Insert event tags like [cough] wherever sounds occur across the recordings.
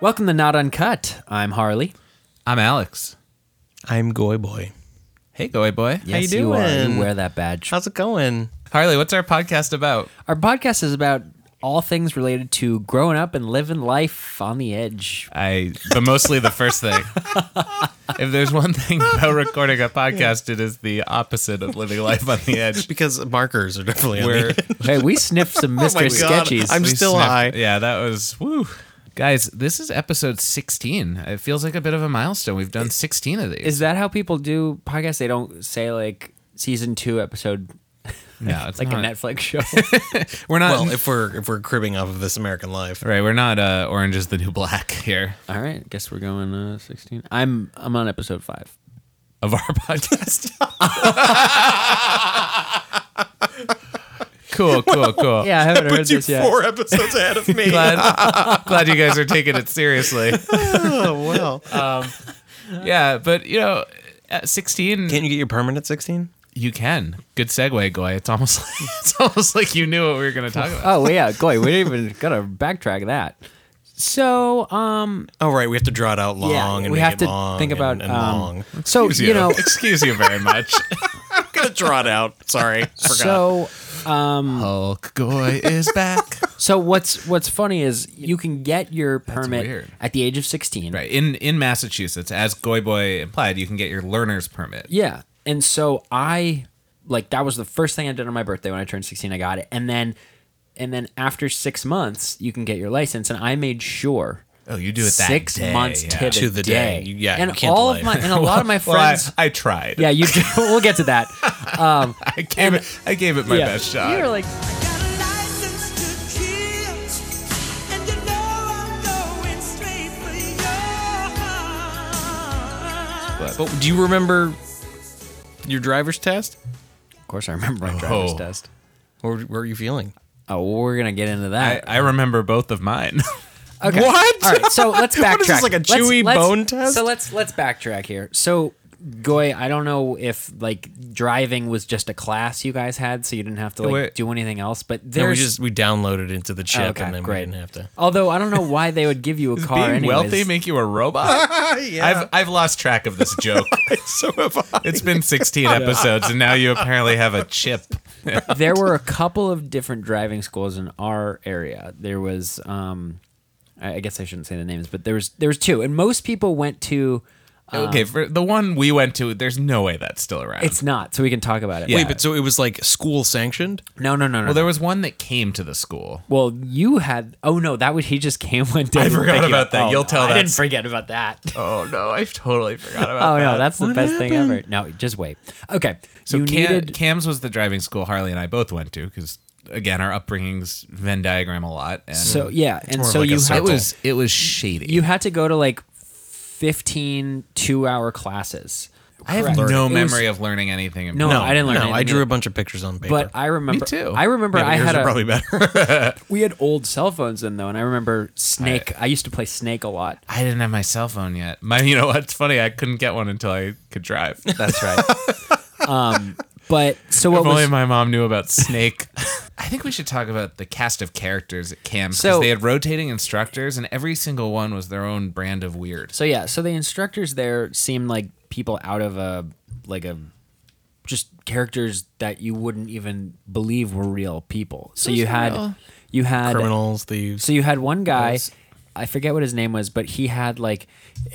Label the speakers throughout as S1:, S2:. S1: Welcome to Not Uncut. I'm Harley.
S2: I'm Alex.
S3: I'm Goy Boy.
S2: Hey, goy boy.
S3: you
S1: Yes, you, are. You
S3: doing?
S1: wear that badge.
S3: How's it going?
S2: Harley, what's our podcast about?
S1: Our podcast is about all things related to growing up and living life on the edge.
S2: I, but mostly the first thing. [laughs] if there's one thing about recording a podcast, it is the opposite of living life on the [laughs] edge.
S3: Because markers are definitely on [laughs]
S2: Where
S3: the
S1: Hey, we sniffed some
S3: my
S1: Mr.
S3: God.
S1: Sketchies.
S3: I'm
S2: we
S3: still
S2: sniffed-
S3: high.
S2: Yeah, that was woo. Guys, this is episode 16. It feels like a bit of a milestone. We've done 16 of these.
S1: Is that how people do podcasts? They don't say like season two episode
S2: no, it's
S1: like
S2: not.
S1: a Netflix show.
S2: We're not
S3: Well, if we're if we're cribbing off of this American life,
S2: right. We're not uh, orange is the new black here
S1: all right, guess we're going uh, 16. I'm I'm on episode five.
S2: of our [laughs] podcast. cool, cool, cool.
S1: Yeah, I [laughs] haven't heard
S3: but you
S1: this yet.
S3: four episodes ahead of [laughs] me.
S2: glad, glad you guys are taking it seriously.
S3: oh well.
S2: Yeah, but you know, at 16,
S3: Can't you get your permanent sixteen?
S2: you can. Good segue, Goy. It's almost like, [laughs] it's almost like you knew what we were going to talk about.
S1: Oh well, yeah, Goy, we didn't even gotta backtrack that. So, um,
S3: Oh right, we have to draw it out long and
S1: we
S3: make
S1: have
S3: it
S1: to
S3: long
S1: think
S3: and-
S1: about
S3: and,
S1: um,
S3: long. [laughs]
S1: So
S2: Excuse
S1: you
S2: [laughs]
S1: know,
S2: excuse you very
S1: [laughs]
S2: much.
S3: I'm gonna draw it out. [laughs] Sorry,
S1: so
S3: forgot.
S2: Hulk Goy is back.
S1: So what's what's funny is you can get your permit
S2: weird.
S1: at the age of sixteen.
S2: Right in in Massachusetts, as Goy Boy implied, you can get your learner's permit.
S1: Yeah. And so I like that was the first thing I did on my birthday when I turned sixteen. I got it, and then and then after six months you can get your license. And I made sure.
S2: Oh, you do it that
S1: six
S2: day,
S1: months
S2: yeah.
S1: to the,
S3: To the
S1: day.
S3: day. You- yeah, you
S1: and
S3: can't
S1: all
S3: delay.
S1: of my
S2: [laughs]
S1: and a lot of my
S2: Well, I,
S1: friends.
S2: I tried.
S1: yeah, you. [laughs] We'll get to
S2: [laughs]
S1: that.
S2: I gave it. I gave it my
S1: yeah.
S2: best shot.
S1: You were like,
S4: Got a license to kill, and you know I'm going straight for yours.
S2: But-
S3: but do you remember your driver's test?
S1: of course I remember my driver's
S2: Oh.
S1: test.
S3: Or where are you feeling?
S1: Oh, we're gonna get into
S2: I,
S1: that.
S2: I remember both of mine. [laughs]
S1: Okay.
S3: What?
S1: All right, so let's backtrack.
S3: [laughs] What is this, like a
S1: Let's-
S3: chewy
S1: let's-
S3: bone test?
S1: So let's let's backtrack here. So Goy, I don't know if like driving was just a class you guys had, so you didn't have to like
S2: Wait.
S1: do anything else. But
S3: No, we
S1: there's
S3: just we downloaded into the chip
S1: okay,
S3: and then
S1: great.
S3: we didn't have to. [laughs]
S1: although I don't know why they would give you a car.
S2: Being
S1: anyways.
S2: wealthy make you a robot?
S1: [laughs]
S2: I've I've lost track of this joke.
S3: so have I.
S2: It's been [laughs] 16 episodes, and now you apparently have a chip.
S1: there were a couple of different driving schools in our area. There was, um, I I guess I shouldn't say the names, but there was there was two, and most people went to.
S2: okay, for the one we went to, there's no way that's still around.
S1: It's not, so we can talk about it.
S3: Wait, but so it was like school sanctioned?
S1: no, no, no, no.
S2: well, there was one that came to the school.
S1: Well, you had. Oh no, that was he just came one day.
S2: I forgot
S1: Thank you.
S2: about that.
S1: Oh,
S2: You'll
S1: no,
S2: tell
S1: I didn't
S2: that's-
S1: forget about that.
S2: Oh no, I totally forgot
S1: Oh
S2: about.
S1: no, that's the best thing ever. No, just wait. Okay,
S2: So
S1: you
S2: Cam-
S1: needed.
S2: Cam's was the driving school Harley and I both went to because again our upbringings Venn diagram a lot. And
S1: So yeah, and
S3: more of
S1: so
S3: like a
S1: you
S2: it
S1: had
S3: circle.
S1: to,
S2: was it was shady.
S1: you had to go to like 15 two hour classes.
S2: I have
S3: Learning.
S2: no
S1: It was-
S2: memory of learning anything. in-
S1: No, I didn't learn
S3: No, I
S1: anything
S3: drew
S1: either.
S3: a bunch of pictures on paper.
S1: But I remember.
S2: too.
S1: I remember
S3: Yeah, but
S1: I
S3: yours
S1: had
S3: are
S1: a.
S3: probably better.
S1: we had old cell phones then though, and I remember Snake. I used to play Snake a lot.
S2: I didn't have my cell phone yet. My, you know what's funny? I couldn't get one until I could drive. if
S1: That's right.
S2: [laughs]
S1: um, but so what
S2: only
S1: was
S2: my mom knew [laughs] about Snake. I think we should talk about the cast of characters at camps because
S1: So-
S2: they had rotating instructors, and every single one was their own brand of weird.
S1: So yeah, so the instructors there seemed like people out of a like a just characters that you wouldn't even believe were real people. So you had you had
S3: Criminals, thieves.
S1: so you had one guy I forget what his name was, but he had like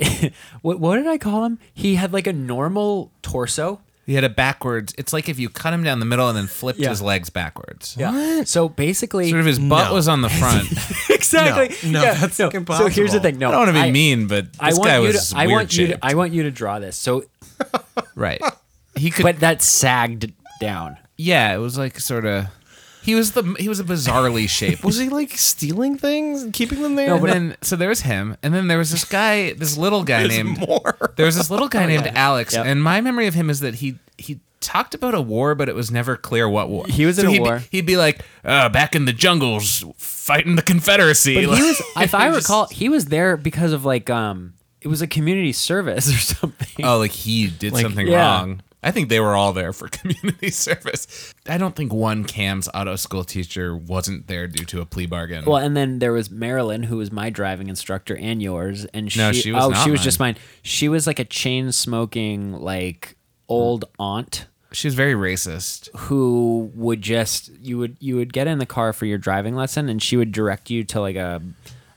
S1: [laughs] what what did I call him? He had like a normal torso.
S2: He had a backwards. It's like if you cut him down the middle and then flipped
S1: Yeah.
S2: his legs backwards.
S1: Yeah. So basically
S2: Sort of his butt
S3: No.
S1: [laughs]
S2: was on the front.
S1: Exactly.
S3: No, no, that's
S1: so,
S3: fucking
S1: so here's the
S3: impossible.
S1: thing. No.
S2: I don't want to be mean, but this
S1: I want
S2: guy
S1: you
S2: was
S1: to
S2: weird
S1: I want you
S2: shaped.
S1: to, I want you to draw this. So [laughs]
S2: right. He could.
S1: but that sagged down.
S2: yeah, it was like sort of. He was the he was a bizarrely
S1: [laughs]
S2: shaped.
S3: Was he like stealing things and keeping them there?
S2: And then so there was him, and then there was this guy, this little guy named
S3: [laughs] more.
S2: there was this
S1: [laughs]
S2: little guy named Alex,
S1: Oh, Yep.
S2: and my memory of him is that he he talked about a war, but it was never clear what war.
S1: He was in a
S2: he'd
S1: war.
S2: Be, he'd be like, uh, back in the jungles, fighting the Confederacy.
S1: But
S2: Like-
S1: he
S2: [laughs]
S1: was, if I
S2: just-
S1: recall, he was there because of like um, it was a community service [laughs] or something.
S2: oh, like he did something
S1: yeah.
S2: wrong. I think they were all there for [laughs] community service. I don't think one Cam's auto school teacher wasn't there due to a plea bargain.
S1: Well, and then there was Marilyn, who was my driving instructor and yours, and she,
S2: No, she was
S1: oh,
S2: not
S1: she was
S2: mine.
S1: just mine. She was like a chain smoking like
S2: Hmm.
S1: old aunt
S2: she was very racist.
S1: who would just you would you would get in the car for your driving lesson, and she would direct you to like a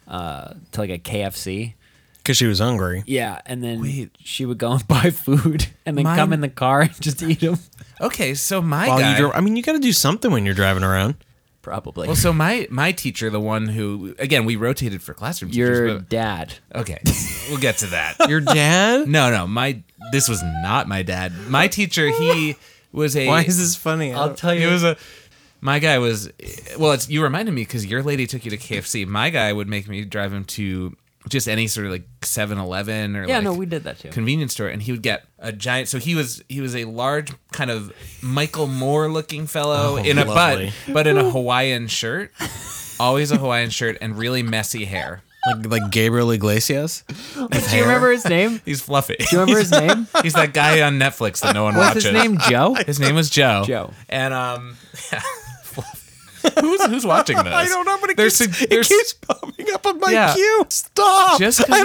S1: uh, to like a KFC.
S3: because she was hungry.
S1: Yeah, and then she would go and [laughs] buy food, and then come
S2: Mine-
S1: in the car and just eat them.
S2: Okay, so my
S3: While
S2: guy.
S3: you dri- I mean, you got to do something when you're driving around.
S1: Probably
S2: well, so my my teacher, the one who again we rotated for classroom
S1: your
S2: teachers.
S1: dad.
S2: but-
S1: [laughs]
S2: okay, we'll get to that.
S3: Your dad?
S2: No, no, my this was not my dad. My teacher, he was a.
S3: Why is this funny?
S1: I'll tell
S2: He
S1: you.
S2: was a. My guy was. Well, it's you reminded me because your lady took you to KFC. My guy would make me drive him to just any sort of like 7-Eleven or
S1: yeah,
S2: like
S1: no, we did that too.
S2: convenience store, and he would get a giant. So he was he was a large kind of Michael Moore looking fellow in a
S3: lovely.
S2: but but in a Hawaiian shirt, always a Hawaiian shirt and really messy hair.
S3: like like Gabriel Iglesias.
S1: Do you remember his
S2: [laughs]
S1: name?
S2: He's fluffy.
S1: Do you remember his
S2: [laughs]
S1: name?
S2: He's that guy on Netflix that no one
S1: What's
S2: watches.
S1: his name? Joe.
S2: His name was Joe.
S1: Joe.
S2: And um, [laughs] who's who's watching this? [laughs] I
S3: don't know, but it
S2: there's
S3: keeps-
S2: su- there's
S3: popping up on my
S2: Yeah.
S3: Stop!
S2: just 'cause
S3: wanna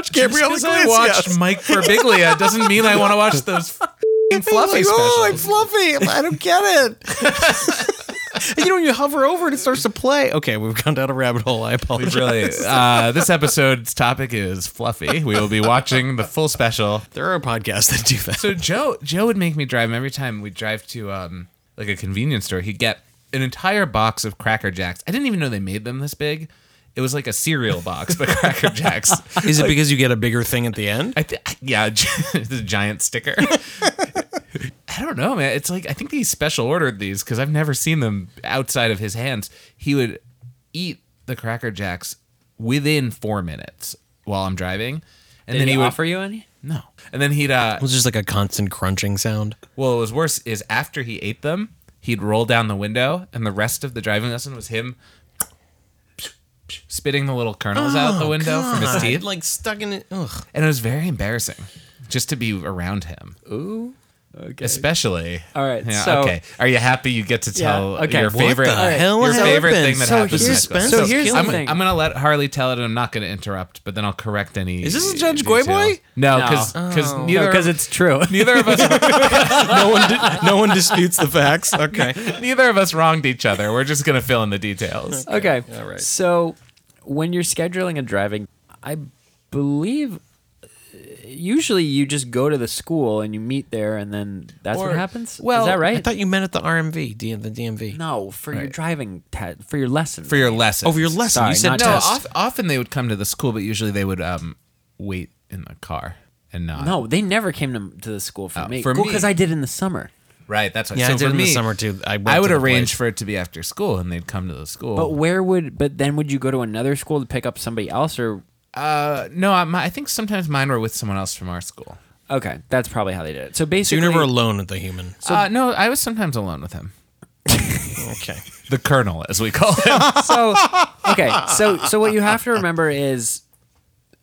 S2: just 'cause I watched Mike Birbiglia doesn't mean I want to watch those [laughs] f***ing fluffy
S3: Like,
S2: specials.
S3: oh, I'm fluffy. I don't get it. [laughs] you know, you hover over and it starts to play. Okay, we've gone down a rabbit hole. I
S2: We
S3: apologize.
S2: really uh, this episode's topic is fluffy. We will be watching the full special.
S3: There are podcasts that do [laughs] that.
S2: So Joe Joe would make me drive him every time we drive to um like a convenience store. He'd get an entire box of Cracker Jacks. I didn't even know they made them this big. It was like a cereal box, but Cracker Jacks. [laughs]
S3: Is it because you get a bigger thing at the end?
S2: I th- yeah, [laughs] the giant sticker. I don't know, man. It's like I think he special ordered these because I've never seen them outside of his hands. He would eat the Cracker Jacks within four minutes while I'm driving, and then
S1: Did
S2: he,
S1: he
S2: would
S1: offer you any?
S2: no, and then he'd uh,
S3: It was just like a constant crunching sound.
S2: well, what was worse is after he ate them, he'd roll down the window, and the rest of the driving lesson was him spitting the little kernels out the window from his teeth,
S3: Uh-huh. like stuck in it. Ugh.
S2: and it was very embarrassing just to be around him.
S1: Ooh. Okay.
S2: Especially.
S1: All right,
S2: Yeah,
S1: so-
S2: okay. Are you happy you get to
S1: Yeah,
S2: tell
S1: okay.
S2: your
S1: What
S2: favorite
S3: the hell
S2: your
S3: happened?
S2: favorite thing that
S1: So
S2: happened?
S1: here's-
S2: next lesson?
S1: so here's the
S2: I'm,
S1: thing.
S2: I'm gonna let Harley tell it, and I'm not gonna interrupt. But then I'll correct any.
S3: Is this a Judge
S2: detail.
S3: Goyboy?
S2: No,
S1: No.
S2: because neither
S1: Because it's true.
S2: [laughs] neither
S1: [laughs]
S2: of us
S3: no one, di- [laughs] no one disputes the facts. Okay. [laughs]
S2: neither of us wronged each other. We're just gonna fill in
S1: [laughs]
S2: the details.
S1: Okay.
S3: All right.
S1: So when you're scheduling and driving, I believe uh, usually you just go to the school and you meet there and then that's
S2: Or-
S1: what happens.
S2: well,
S1: Is that
S3: I
S1: right?
S3: thought you meant at the RMV, D- the DMV.
S1: no, for your
S2: Right.
S1: driving te- for your lesson.
S2: For your
S1: Oh,
S2: lesson.
S3: Over Oh, your lesson,
S1: Sorry,
S3: you said
S1: not
S2: No,
S3: test.
S2: of, often they would come to the school, but usually they would um, wait in the car and not.
S1: no, they never came to, to the school for
S2: Oh,
S1: me.
S2: for me-
S1: because I did in the summer.
S2: Right. That's what.
S3: Yeah,
S2: so
S3: I did
S2: for
S3: in the
S2: me,
S3: summer, too. I went
S2: I
S3: to
S2: would
S3: the
S2: arrange
S3: place.
S2: for it to be after school, and they'd come to the school.
S1: But where would but then would you go to another school to pick up somebody else or
S2: Uh, no, I, my, I think sometimes mine were with someone else from our school.
S1: okay, that's probably how they did it. So
S3: So
S1: basically
S3: you're never alone with the human.
S2: uh, no, I was sometimes alone
S1: [laughs]
S2: with him.
S3: Okay.
S2: The colonel, as we
S1: [laughs]
S2: call him.
S1: so okay so so what you have to remember is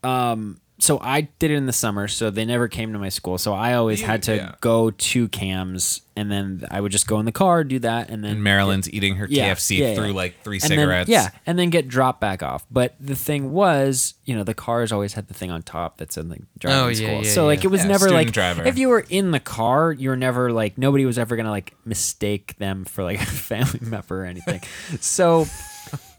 S1: um so i did it in the summer so they never came to my school so i always had to
S2: Yeah.
S1: go to cams and then i would just go in the car do that and then
S2: and Marilyn's eating her
S1: yeah,
S2: KFC
S1: yeah, yeah.
S2: through like three
S1: And then-
S2: cigarettes.
S1: yeah and then get dropped back off but the thing was you know the cars always had the thing on top that said like driving
S3: Oh, yeah,
S1: school
S3: yeah,
S1: so like
S3: yeah.
S1: it was
S2: Yeah,
S1: never
S2: student
S1: like
S2: driver.
S1: if you were in the car you were never like nobody was ever gonna like mistake them for like [laughs] a family member or anything so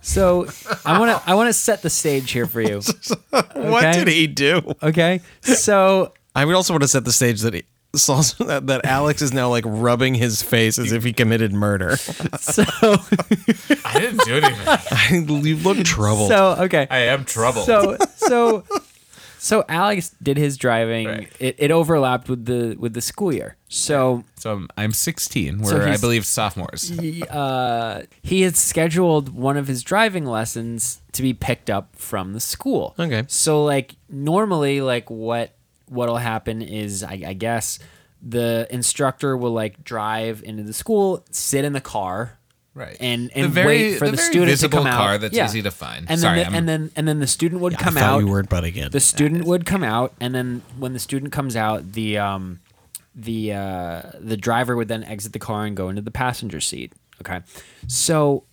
S1: so i want to i want to set the stage here for you
S3: [laughs] What
S1: Okay.
S3: did he do?
S1: okay so
S3: I would also want to set the stage that he saw [laughs] that, that Alex is now like rubbing his face as if he committed [laughs] murder.
S1: so
S2: [laughs] I didn't do anything.
S3: you look troubled.
S1: so okay
S2: I am troubled. [laughs]
S1: so so so alex did his driving
S2: Right.
S1: it, it overlapped with the with the school year so
S2: So I'm, I'm 16. We're,
S1: So
S2: I
S1: he's-
S2: believe, sophomores.
S1: he, uh, he had scheduled one of his driving lessons to be picked up from the school.
S3: Okay.
S1: So like normally, like what what'll happen is I, I guess the instructor will like drive into the school, sit in the car.
S2: Right.
S1: And
S2: The
S1: and
S2: very-
S1: wait for
S2: the
S1: the,
S2: very
S1: student to
S2: visible
S1: come out.
S2: car that's easy to find.
S1: And
S2: Sorry,
S1: then
S2: I'm-
S1: the, and then and then the student would
S3: I
S1: come out
S3: thought you were butt again.
S1: the student would come out and then when the student comes out the um the uh, the driver would then exit the car and go into the passenger seat. Okay, so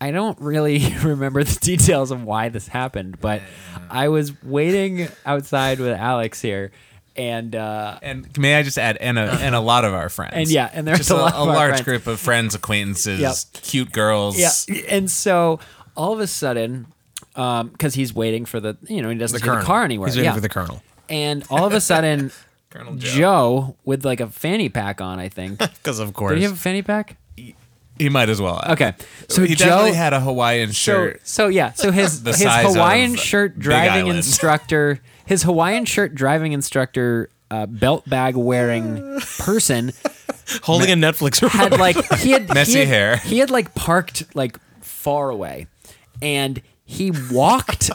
S1: I don't really [laughs] remember the details of why this happened, but I was waiting outside with Alex here, and uh,
S2: And may I just add, and a, Uh-huh. and a lot of our friends.
S1: And yeah, and there's
S2: just
S1: a lot of our
S2: large
S1: friends.
S2: group of friends, acquaintances,
S1: Yep.
S2: cute girls.
S1: yeah, and so all of a sudden, because he's waiting for the you know he doesn't see the
S2: colonel.
S1: car anywhere.
S3: He's waiting
S1: yeah.
S3: for the colonel.
S1: and all of a sudden,
S2: Colonel
S1: Joe.
S2: Joe.
S1: with like a fanny pack on, I think. Did
S3: Because of
S1: he
S3: course.
S1: have a fanny pack?
S2: He might as well.
S1: Okay, so
S2: he
S1: Joe
S2: definitely had a Hawaiian shirt.
S1: So, so yeah, so his
S2: [laughs] The
S1: his
S2: size of
S1: Hawaiian
S2: Big
S1: shirt driving
S2: Island.
S1: instructor, his Hawaiian shirt driving instructor, uh, belt bag
S2: [laughs]
S1: wearing person
S3: Holding a Netflix remote.
S1: had like he had
S2: Messy
S1: he had,
S2: hair.
S1: He had like parked like far away, and he walked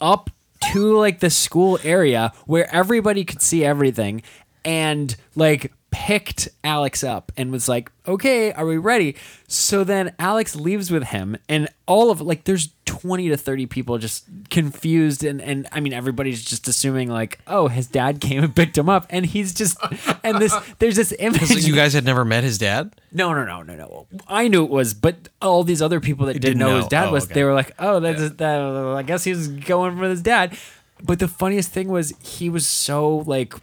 S1: up to like the school area where everybody could see everything, and like picked Alex up and was like, "Okay, are we ready?" So then Alex leaves with him, and all of like there's twenty to thirty people just confused, and and I mean everybody's just assuming like, "Oh, his dad came and picked him up," and he's just and this there's this image
S3: [laughs] So [laughs] you guys had never met his dad?
S1: no, no, no, no, no. I knew it was, but all these other people that didn't,
S3: didn't
S1: know, his
S3: know.
S1: dad
S3: Oh,
S1: was,
S3: okay.
S1: they were like, oh, that's that. I guess he was going with his dad. But the funniest thing was he was so like,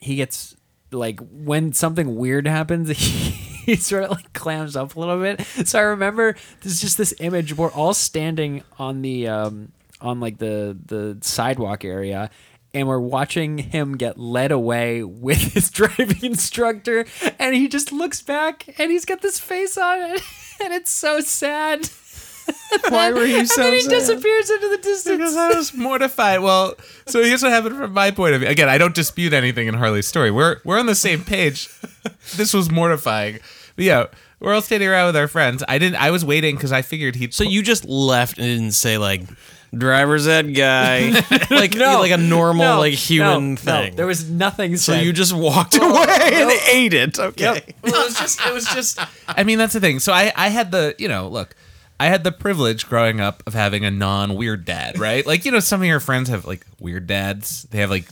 S1: he gets like when something weird happens, [laughs] he. He sort of like clams up a little bit. So I remember there's just this image. We're all standing on the um on like the the sidewalk area, and we're watching him get led away [laughs] with his driving instructor and he just looks back and he's got this face on it [laughs] and it's so sad [laughs]
S3: Why were you
S1: and then he disappears into the distance
S2: Because I was mortified. Well, so here's what happened from my point of view. Again, I don't dispute anything in Harley's story. We're we're on the same page. this was mortifying. But yeah, we're all standing around with our friends. I didn't. I was waiting because I figured he'd.
S3: So you just left and didn't say like driver's ed guy, [laughs] like like a normal
S1: No,
S3: like
S1: no,
S3: human
S1: no,
S3: thing.
S1: there was nothing
S3: so
S1: said.
S3: you just walked away and ate it. Okay.
S2: Well, it was just it was just I mean that's the thing. So I I had the you know look I had the privilege growing up of having a non weird dad right like you know some of your friends have like weird dads they have like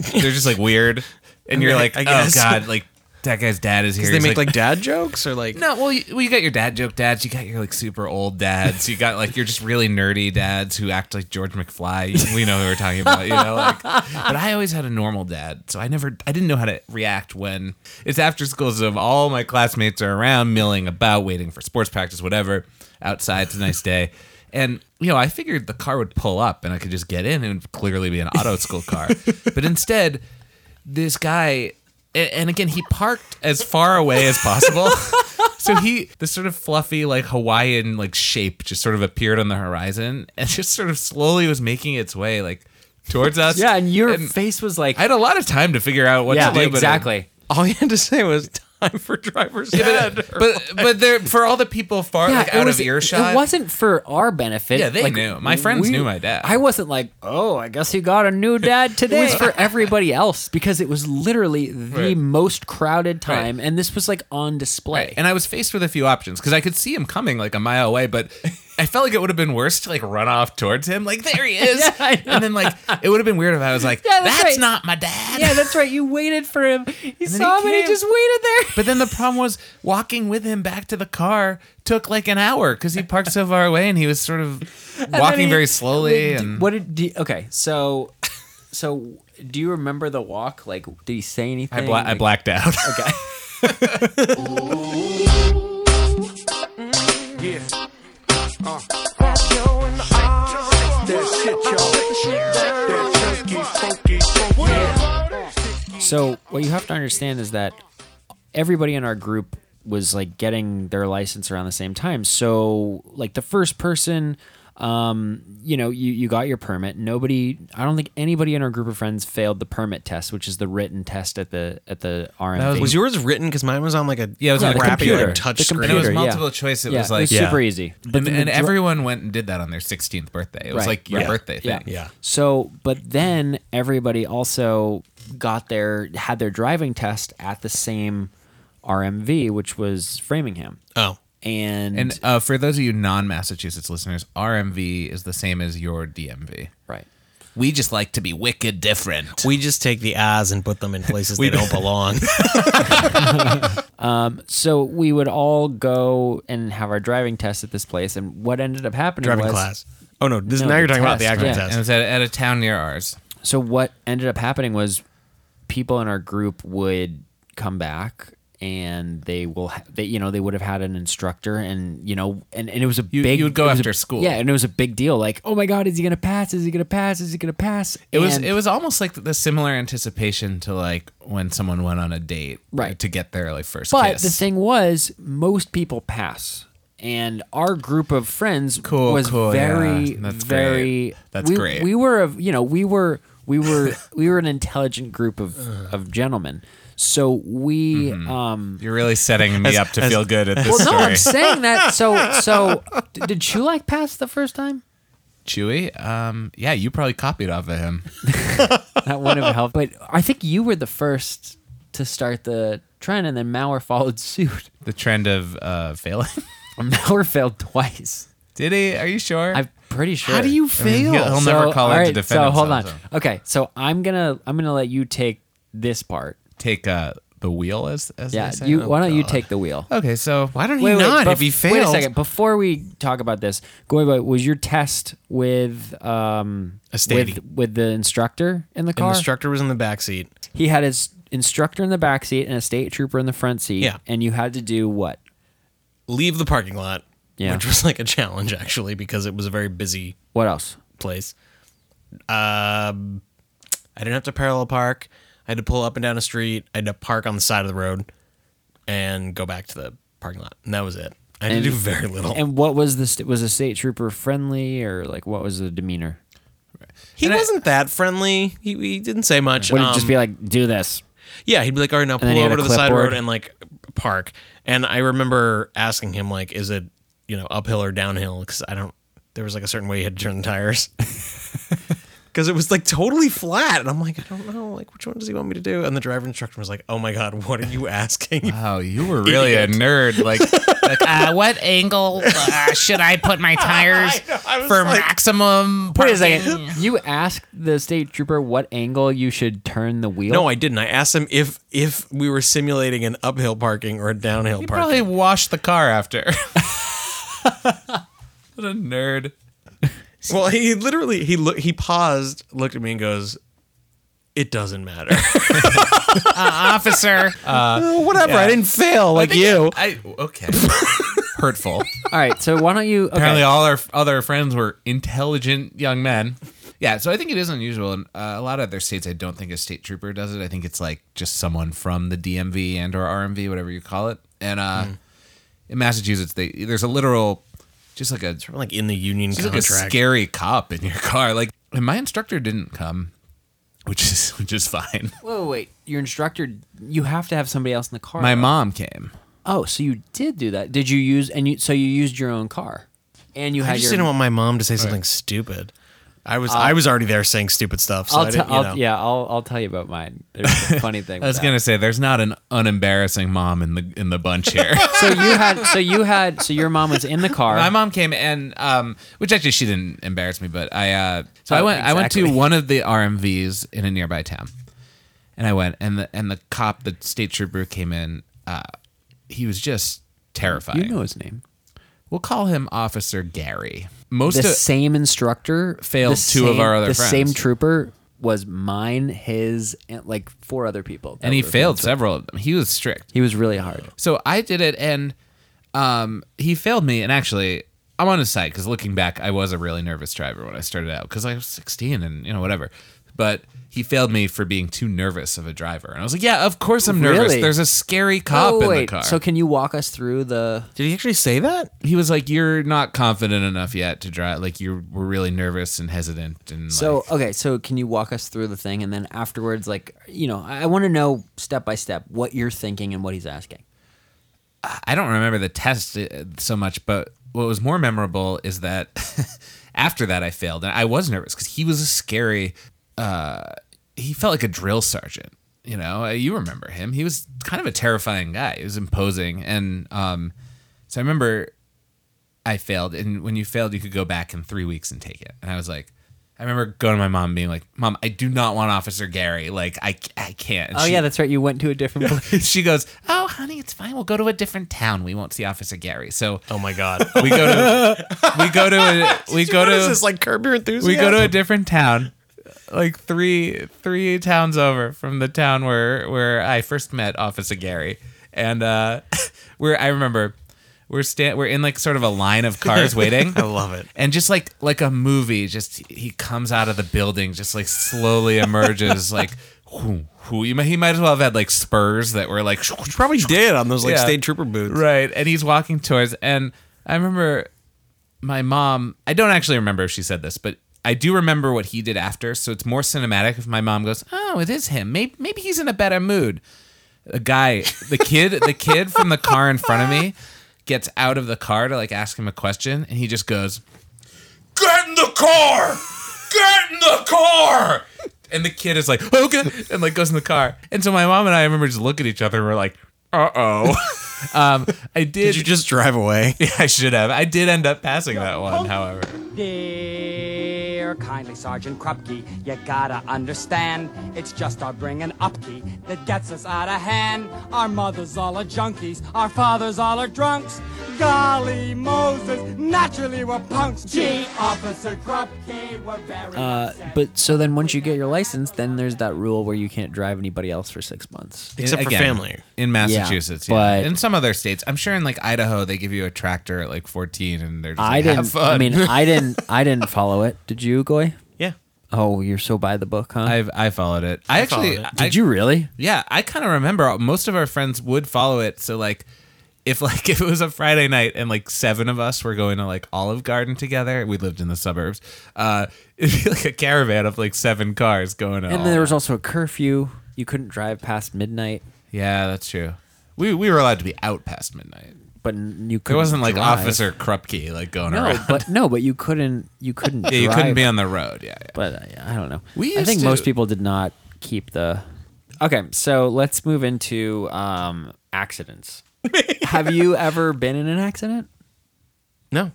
S2: they're just like weird and you're like
S3: I
S2: oh
S3: guess.
S2: god like that guy's dad is here
S3: Because they
S2: He's
S3: make like, dad jokes or like
S2: no well you, well you got your dad joke dads you got your like super old dads you got like you're just really nerdy dads who act like George McFly we know who we're talking about you know like but I always had a normal dad so I never I didn't know how to react when it's after school so all my classmates are around milling about waiting for sports practice whatever outside it's a nice day and you know I figured the car would pull up and I could just get in and it would clearly be an auto school car but instead this guy a- and again he parked as far away
S1: [laughs]
S2: as possible so he this sort of fluffy like hawaiian like shape just sort of appeared on the horizon and just sort of slowly was making its way like towards us
S1: yeah and your
S2: And
S1: face was like
S2: i had a lot of time to figure out what
S1: yeah
S2: to do but-
S1: exactly
S3: all you had to say was time for driver's
S2: but,
S3: ed.
S2: but, but there for all the people far
S1: yeah,
S2: like,
S1: it
S2: out
S1: was-
S2: of earshot
S1: It wasn't for our benefit.
S2: Yeah, they
S1: Like,
S2: knew. My friends
S1: we-
S2: knew my dad.
S1: I wasn't like, oh, I guess he got a new dad [laughs] today. it was for everybody else because it was literally the
S2: Right.
S1: most crowded time, and this was like on display.
S2: Right. And I was faced with a few options because I could see him coming like a mile away, but I felt like it would have been worse to like run off towards him. Like, there he
S1: [laughs]
S2: is.
S1: Yeah, I know.
S2: and then like it would have been weird if I was
S1: [laughs]
S2: like,
S1: Yeah, that's
S2: that's,
S1: right.
S2: not my
S1: [laughs]
S2: dad.
S1: yeah, that's right. You waited for him. He
S2: then
S1: saw
S2: he
S1: him, and he
S2: came.
S1: just waited [laughs] there.
S2: But then the problem was walking with him back to the car took like an hour because he parked so far away and he was sort
S1: [laughs]
S2: of walking
S1: he-
S2: very slowly.
S1: Wait, d-
S2: and
S1: what did? Do okay, so, [laughs] so do you remember the walk? Like, did he say anything?
S2: I, bla- I
S1: Like-
S2: blacked out.
S1: Okay. So what you have to understand is that everybody in our group was like getting their license around the same time. So like the first person, um, you know, you, you got your permit. Nobody, I don't think anybody in our group of friends failed the permit test, which is the written test at the at the RMV.
S2: was-
S3: Was yours written? Because mine was on like a
S2: Yeah, it was on
S3: like
S2: a
S3: crappy,
S2: computer.
S3: like, touch
S1: The
S3: screen.
S2: and it was
S1: computer, yeah.
S2: multiple choice. It
S1: yeah,
S2: was like
S1: it was super
S3: Yeah.
S1: easy.
S2: And,
S1: the
S2: and
S1: major-
S2: everyone went and did that on their 16th birthday. It was
S1: Right.
S2: like your
S3: Yeah.
S2: birthday thing.
S1: Yeah.
S3: Yeah.
S1: So, but then everybody also got their had their driving test at the same RMV, which was Framingham,
S3: Oh,
S1: and,
S2: And uh, for those of you non Massachusetts listeners, RMV is the same as your DMV.
S1: right.
S2: We just like to be wicked different.
S3: We just take the eyes and put them in places they [laughs] don't belong.
S1: So we would all go and have our driving test at this place, and what ended up happening
S3: driving
S1: was
S3: class. Oh no, this,
S1: No,
S3: now
S1: the
S3: you're talking about the
S1: test,
S3: actual
S1: yeah.
S2: and
S3: test.
S2: it's at, at a town near ours.
S1: so what ended up happening was people in our group would come back and they will ha- they you know they would have had an instructor and you know and, and it was a
S2: You-
S1: big
S2: you would go
S1: it was a-
S2: after school.
S1: yeah and it was a big deal like oh my god is he gonna pass is he gonna pass is he gonna pass
S2: It was
S1: And-
S2: it was almost like the similar anticipation to like when someone went on a date,
S1: Right.
S2: To get their like first
S1: but
S2: kiss.
S1: the thing was most people pass and our group of friends
S2: Cool,
S1: was
S2: cool,
S1: very
S2: yeah. That's
S1: very
S2: great. That's
S1: we,
S2: great.
S1: we were of you know we were we were [laughs] we were an intelligent group of of gentlemen so we
S2: Mm-hmm.
S1: um
S2: You're really setting me up to feel good at this
S1: Well, no,
S2: story.
S1: I'm saying
S2: [laughs]
S1: that. So, so d- did Chulak pass the first time?
S2: Chewy, um, yeah, you probably copied off of him.
S1: That wouldn't have helped. But I think you were the first to start the trend, and then Mauer followed suit. [laughs]
S2: The trend of uh, failing. [laughs]
S1: Mauer failed twice.
S2: Did he? Are you sure?
S1: I'm pretty sure.
S2: How do you fail? he'll, he'll never
S1: So,
S2: call
S1: all
S2: out to
S1: right,
S2: defend
S1: So hold on.
S2: himself, so.
S1: Okay, so I'm gonna I'm gonna let you take this part.
S2: Take uh, the wheel as as
S1: Yeah,
S2: they say. Oh,
S1: you. Why don't you take the wheel?
S2: Okay, so why don't he
S1: bef- [laughs] Wait a second. Before we talk about this, Goiba, was your test with um
S3: A steady.
S1: with with the instructor in the
S3: And
S1: car?
S3: the instructor was in the back seat.
S1: he had his instructor in the back seat and a state trooper in the front seat.
S3: Yeah.
S1: And you had to do what?
S3: Leave the parking lot,
S1: Yeah.
S3: which was like a challenge actually because it was a very busy
S1: What else?
S3: place. Um, I didn't have to parallel park. I had to pull up and down a street. I had to park on the side of the road and go back to the parking lot. And that was it. I had
S1: And-
S3: to do very little.
S1: And what was the st- was a state trooper friendly or like what was the demeanor?
S3: he
S2: and I-
S3: wasn't that friendly. He, he didn't say much.
S1: Would it just
S3: Um,
S1: be like do this?
S3: Yeah, he'd be like, "All right, now pull
S1: then he had
S3: over
S1: a
S3: to the side
S1: clipboard.
S3: road and like park." And I remember asking him like, "Is it you know uphill or downhill?" Because I don't. There was like a certain way you had to turn
S1: [laughs]
S3: the tires. Because it was like totally flat, and I'm like, I don't know, like which one does he want me to do? And the driver instructor was like, Oh my god, what are
S1: [laughs]
S3: you asking?
S2: Oh, you were really a nerd. Like, like uh, what angle uh, should I put
S3: [laughs]
S2: my tires
S3: I was
S2: for
S3: like-
S2: maximum?
S1: Wait a
S2: parking?
S1: second. You asked the state trooper what angle you should turn the wheel.
S3: no, I didn't. I asked him if if we were simulating an uphill parking or a downhill
S2: You
S3: parking.
S2: probably washed the car after. [laughs] what a nerd.
S3: Well, he literally he look he paused, looked at me, and goes, "It doesn't matter."
S2: [laughs] officer.
S3: Whatever. I didn't fail like you.
S2: I okay. [laughs] Hurtful.
S1: All right. So why don't you? Okay.
S2: Apparently, all our other friends were intelligent young men. Yeah, so I think it is unusual, and uh, a lot of other states, I don't think a state trooper does it. I think it's like just someone from the DMV and or RMV, whatever you call it. And uh,
S3: Hmm.
S2: in Massachusetts, they there's a literal, just like a
S3: [laughs] like in the union
S2: She's like a
S3: contract.
S2: scary cop in your car. Like, and my instructor didn't come, which is [laughs] which is fine.
S1: Whoa, wait. Your instructor. You have to have somebody else in the car.
S2: My
S1: though.
S2: mom came.
S1: Oh, so you did do that? Did you use and you? So you used your own car, and you
S3: I
S1: had
S3: just
S1: your.
S3: didn't want my mom to say something stupid. I was I was already there saying stupid stuff. So I
S1: I'll,
S3: didn't,
S1: tell.
S3: you know.
S1: I'll yeah, I'll I'll tell you about mine. There's
S2: [laughs]
S1: a funny thing.
S2: I was gonna say, there's not an unembarrassing mom in the in the bunch [laughs] here.
S1: So you had, so you had, so your mom was in the car.
S2: My mom came and um, which actually she didn't embarrass me, but I uh, so I
S1: Oh,
S2: went I went to
S1: exactly.
S2: one of the RMVs in a nearby town, and I went and the and the cop, the state trooper came in. Uh, he was just terrifying.
S1: you know his name.
S2: We'll call him Officer Gary. Most
S1: The
S2: of
S1: same instructor
S2: Failed
S1: the
S2: two of
S1: same-
S2: our other
S1: The
S2: friends.
S1: same trooper was mine, his, and like four other people.
S2: and he
S1: That were-
S2: failed several of them. He was strict.
S1: He was really hard.
S2: So I did it, and um, he failed me. And actually, I'm on his side because looking back, I was a really nervous driver when I started out because I was 16 and you know whatever. But he failed me for being too nervous of a driver, and I was like, "Yeah, of course I'm nervous.
S1: Really?
S2: There's a scary cop
S1: oh,
S2: in
S1: wait.
S2: the car."
S1: So can you walk us through the?
S3: Did he actually say that?
S2: he was like, "You're not confident enough yet to drive. Like you were really nervous and hesitant." And
S1: So
S2: like,
S1: okay, so can you walk us through the thing, and then afterwards, like you know, I, I want to know step by step what you're thinking and what he's asking.
S2: I don't remember the test uh, so much, but what was more memorable is that [laughs] after that I failed, and I was nervous because he was a scary. Uh, he felt like a drill sergeant. You know, Uh, you remember him. He was kind of a terrifying guy. He was imposing, and um, so I remember I failed. And when you failed, you could go back in three weeks and take it. And I was like, I remember going to my mom and being like, "Mom, I do not want Officer Gary. Like, I, I can't." And
S1: Oh
S2: she-
S1: yeah, that's right. You went to a different [laughs] place.
S2: [laughs] she goes, "Oh, honey, it's fine. We'll go to a different town. We won't see Officer Gary." So
S3: Oh my [laughs] god.
S2: we go to we go to
S3: [laughs]
S2: a, we go
S3: What is
S2: to
S3: this like Curb Your Enthusiasm?
S2: we go to a different town, like three three towns over from the town where where I first met Officer Gary, and uh, [laughs] we're I remember we're sta- we're in like sort of a line of
S3: [laughs]
S2: cars waiting.
S3: I love it.
S2: And just like like a movie, just he comes out of the building, just like slowly
S3: [laughs]
S2: emerges, like who who he might, he might as well have had like spurs that were like
S3: Probably did on those like
S2: Yeah.
S3: state trooper boots.
S2: Right. And he's walking towards and I remember my mom I don't actually remember if she said this, but I do remember what he did after, so it's more cinematic if my mom goes, Oh, it is him. Maybe maybe he's in a better mood. A guy the kid the kid from the car in front of me gets out of the car to like ask him a question and he just goes Get in the car! Get in the car! And the kid is like, okay, and like goes in the car. And so my mom and I, I remember just look at each other and we're like, uh oh. [laughs] um, I did.
S3: Did you just drive away?
S2: Yeah, [laughs] I should have. I did end up passing that one, however.
S5: Dear kindly Sergeant Krupke, you gotta understand, it's just our bringing upkey that gets us out of hand. Our mothers all are junkies, our fathers all are drunks. Golly Moses, naturally we're punks. Gee, Officer Krupke, we're very
S1: Uh,
S5: upset.
S1: but so then once you get your license, then there's that rule where you can't drive anybody else for six months.
S3: [laughs] Except for
S2: Again,
S3: family.
S2: In Massachusetts, yeah.
S1: but-
S2: in some other states. I'm sure in like Idaho, they give you a tractor at like 14 and they're just like,
S1: I didn't.
S2: have fun.
S1: I [laughs] mean,
S2: [laughs]
S1: I didn't. I didn't follow it. Did you, Goy?
S3: Yeah.
S1: Oh, you're so by the book, huh?
S2: I've, I followed it. I, actually,
S3: followed it.
S2: I-
S1: Did you really?
S2: Yeah, I kind of remember uh, most of our friends would follow it. So like, if [laughs] like if it was a Friday night and like seven of us were going to like Olive Garden together, we lived in the suburbs. Uh, [laughs] it'd be like a caravan of like seven cars going. To
S1: And then there was also a curfew. You couldn't drive past midnight,
S2: yeah, that's true. We we were allowed to be out past midnight.
S1: but n- you couldn't.
S2: There wasn't like
S1: drive.
S2: Officer Krupke like going
S1: No,
S2: around.
S1: but no, but you couldn't.
S2: [laughs]
S1: You couldn't.
S2: yeah, you
S1: drive.
S2: couldn't be on the road. Yeah, yeah.
S1: But uh, I, I don't know.
S2: We
S1: I
S2: used
S1: think
S2: to-
S1: most people did not keep the. Okay, so let's move into um,
S2: [laughs]
S1: accidents. Have you ever been in an accident?
S3: No.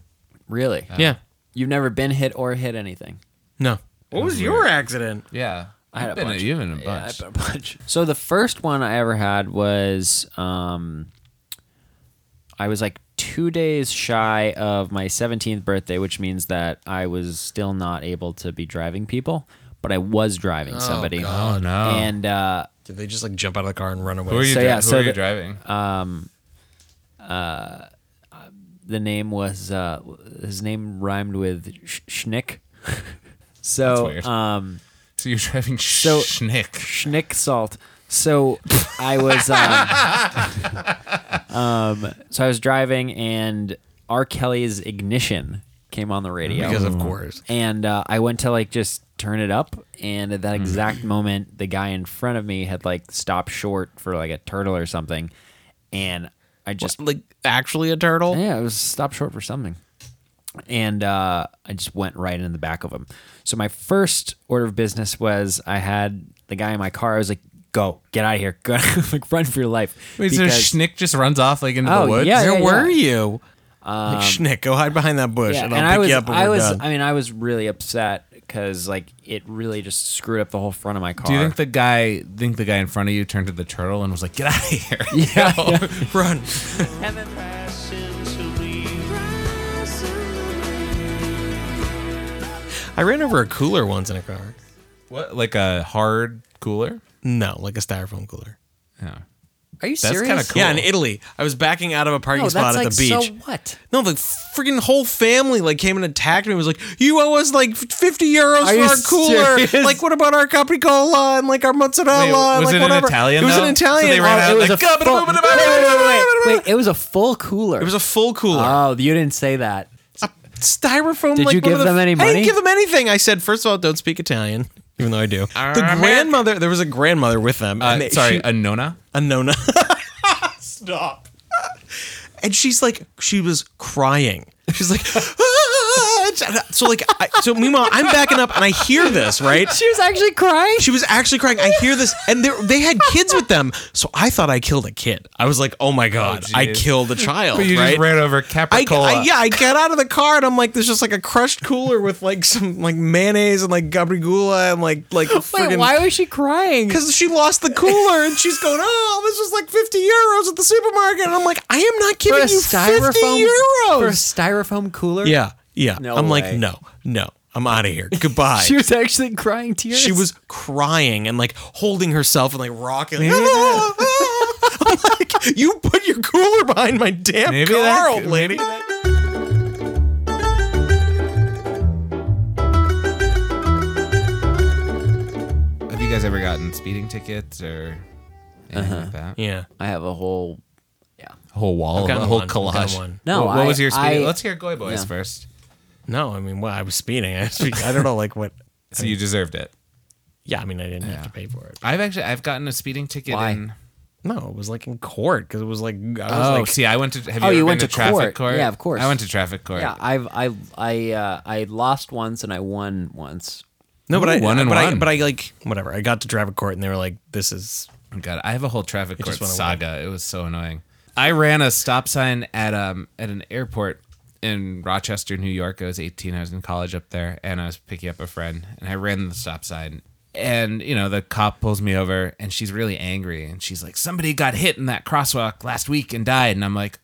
S1: Really?
S3: Yeah.
S1: You've never been hit or hit anything.
S3: No. What was your accident?
S2: yeah.
S1: I had
S2: You've
S1: a
S2: been
S1: bunch.
S2: you've been a bunch.
S1: Yeah, I've [laughs] been a bunch. So the first one I ever had was um, I was like two days shy of my 17th birthday, which means that I was still not able to be driving people, but I was driving somebody.
S2: God. Oh, no.
S1: And uh,
S3: Did they just like jump out of the car and run away?
S2: Who are you?
S1: So,
S2: dri-
S1: yeah,
S2: who
S1: so
S2: are you
S1: the-
S2: driving?
S1: the name was uh, his name rhymed with Sh- Schnick. [laughs] so
S2: weird.
S1: um,
S2: [laughs] so you're driving sh-
S1: so-
S2: Schnick.
S1: Schnick salt. So I was um,
S3: [laughs]
S1: um, so I was driving and R. Kelly's ignition came on the radio.
S3: Because
S2: Oh.
S3: of course.
S1: and uh, I went to like just turn it up, and at
S3: Hmm.
S1: that exact moment, the guy in front of me had like stopped short for like a turtle or something, and I just
S3: Like actually a turtle?
S1: yeah, it was stopped short for something. And uh, I just went right in the back of him. So my first order of business was I had the guy in my car. I was like, "Go, get out of here, [laughs] go, like run for your life."
S2: Wait, so
S1: Because-
S2: Schnick just runs off like into
S1: Oh,
S2: the woods?
S1: yeah,
S3: Where
S1: yeah,
S3: were you? like, Schnick, go hide behind that bush
S1: yeah,
S3: and
S1: and
S3: I'll pick
S1: I was,
S3: you up. when
S1: I
S3: we're
S1: was,
S3: done.
S1: I mean, I was really upset because like it really just screwed up the whole front of my car.
S2: Do you think the guy think the guy in front of you turned to the turtle and was like, "Get out of here"?
S1: Yeah,
S3: [laughs]
S1: yeah.
S3: Run. I ran over a cooler once in a car.
S2: What, like a hard cooler?
S3: No, like a styrofoam cooler.
S2: Yeah.
S1: Are you
S2: That's
S1: serious?
S2: kinda cool.
S3: Yeah, in Italy. I was backing out of a parking
S1: No,
S3: spot
S1: that's
S3: at
S1: like
S3: the beach.
S1: so what?
S3: No, the freaking whole family like came and attacked me. and Was like, you owe us like fifty euros
S1: you
S3: for our cooler.
S1: serious?
S3: Like, what about our capricola and like our
S2: Wait, was
S3: mozzarella? and,
S2: it
S3: like,
S2: an
S3: whatever.
S2: Italian,
S3: It was
S2: though?
S3: an Italian.
S2: So they ran
S3: Oh,
S2: out,
S3: it, was
S2: like,
S3: a full,
S1: Wait, wait, wait, wait, wait. It was a full cooler.
S3: it was a full cooler.
S1: Oh, you didn't say that.
S3: styrofoam.
S1: Did
S3: like,
S1: you
S3: one
S1: give
S3: of the-
S1: them any
S3: I
S1: money?
S3: didn't give them anything. I said, first of all, don't speak Italian, [laughs] even though I do. The
S2: American.
S3: grandmother, there was a grandmother with them.
S2: Uh,
S3: and they-
S2: sorry,
S3: she-
S2: a nona.
S3: a Nona. [laughs] [laughs] Stop. And she's like, she was crying. She's like, "Ah," such a, so like I, so meanwhile I'm backing up and I hear this right
S1: She was actually crying.
S3: she was actually crying I hear this and they they had kids with them so I thought I killed a kid I was like oh my god I
S2: geez.
S3: killed a child
S2: But you
S3: right
S2: just ran over
S3: I,
S2: Capricola.
S3: I yeah I got out of the car and I'm like there's just like a crushed cooler with like some like mayonnaise and like gabrigula and like like
S1: Wait,
S3: friggin- [laughs]
S1: why was she crying?
S3: because she lost the cooler and she's going, oh, this was like 50 euros at the supermarket. And I'm like, I am not
S1: for
S3: giving
S1: a
S3: you 50
S1: styrofoam for a
S3: euros.
S1: styrofoam cooler.
S3: yeah, yeah.
S1: No
S3: I'm
S1: way.
S3: like, no, no, I'm out of here. Goodbye.
S1: [laughs] she was actually crying tears.
S3: she was crying and like holding herself and like rocking. [laughs]
S2: Maybe
S3: "Ah, ah." I'm like, you put your cooler behind my damn
S2: Maybe
S3: car,
S2: that-
S3: old
S2: maybe
S3: lady.
S2: that- Have you guys ever gotten speeding tickets or anything like that?
S3: Yeah.
S1: I have a whole. Yeah.
S2: Uh-huh. Whole wall,
S3: Got
S2: a whole
S3: one, got
S2: collage.
S3: one.
S1: No,
S2: What, what
S1: I-
S2: was your speeding?
S1: I-
S2: Let's hear Goy Boys
S1: yeah.
S2: first.
S3: No, I mean, well, I was speeding. [laughs] I, was speeding. I don't know, like what.
S2: So you deserved it.
S3: Yeah, I mean, I didn't have to pay for it.
S2: I've actually I've gotten a speeding ticket.
S1: Why?
S2: In,
S3: No, it was like in court because it was like I was
S2: oh,
S3: like
S2: see, I went to. Have you,
S1: Oh,
S2: ever
S1: you
S2: been
S1: went
S2: to,
S1: to
S2: traffic court.
S1: court. Yeah, of course.
S2: I went to traffic court.
S1: Yeah, I've I I uh, I lost once and I won once.
S3: No, but
S2: Ooh,
S3: I
S2: one and
S3: but I,
S2: one.
S3: but I like whatever. I got to traffic court and they were like, "This is [laughs]
S2: God, I have a whole traffic court
S3: just went away.
S2: saga. It was so annoying. I ran a stop sign at um at an airport in Rochester, New York. I was 18. I was in college up there, and I was picking up a friend, and I ran the stop sign. And you know, the cop pulls me over, and she's really angry, and she's like, "Somebody got hit in that crosswalk last week and died." And I'm like,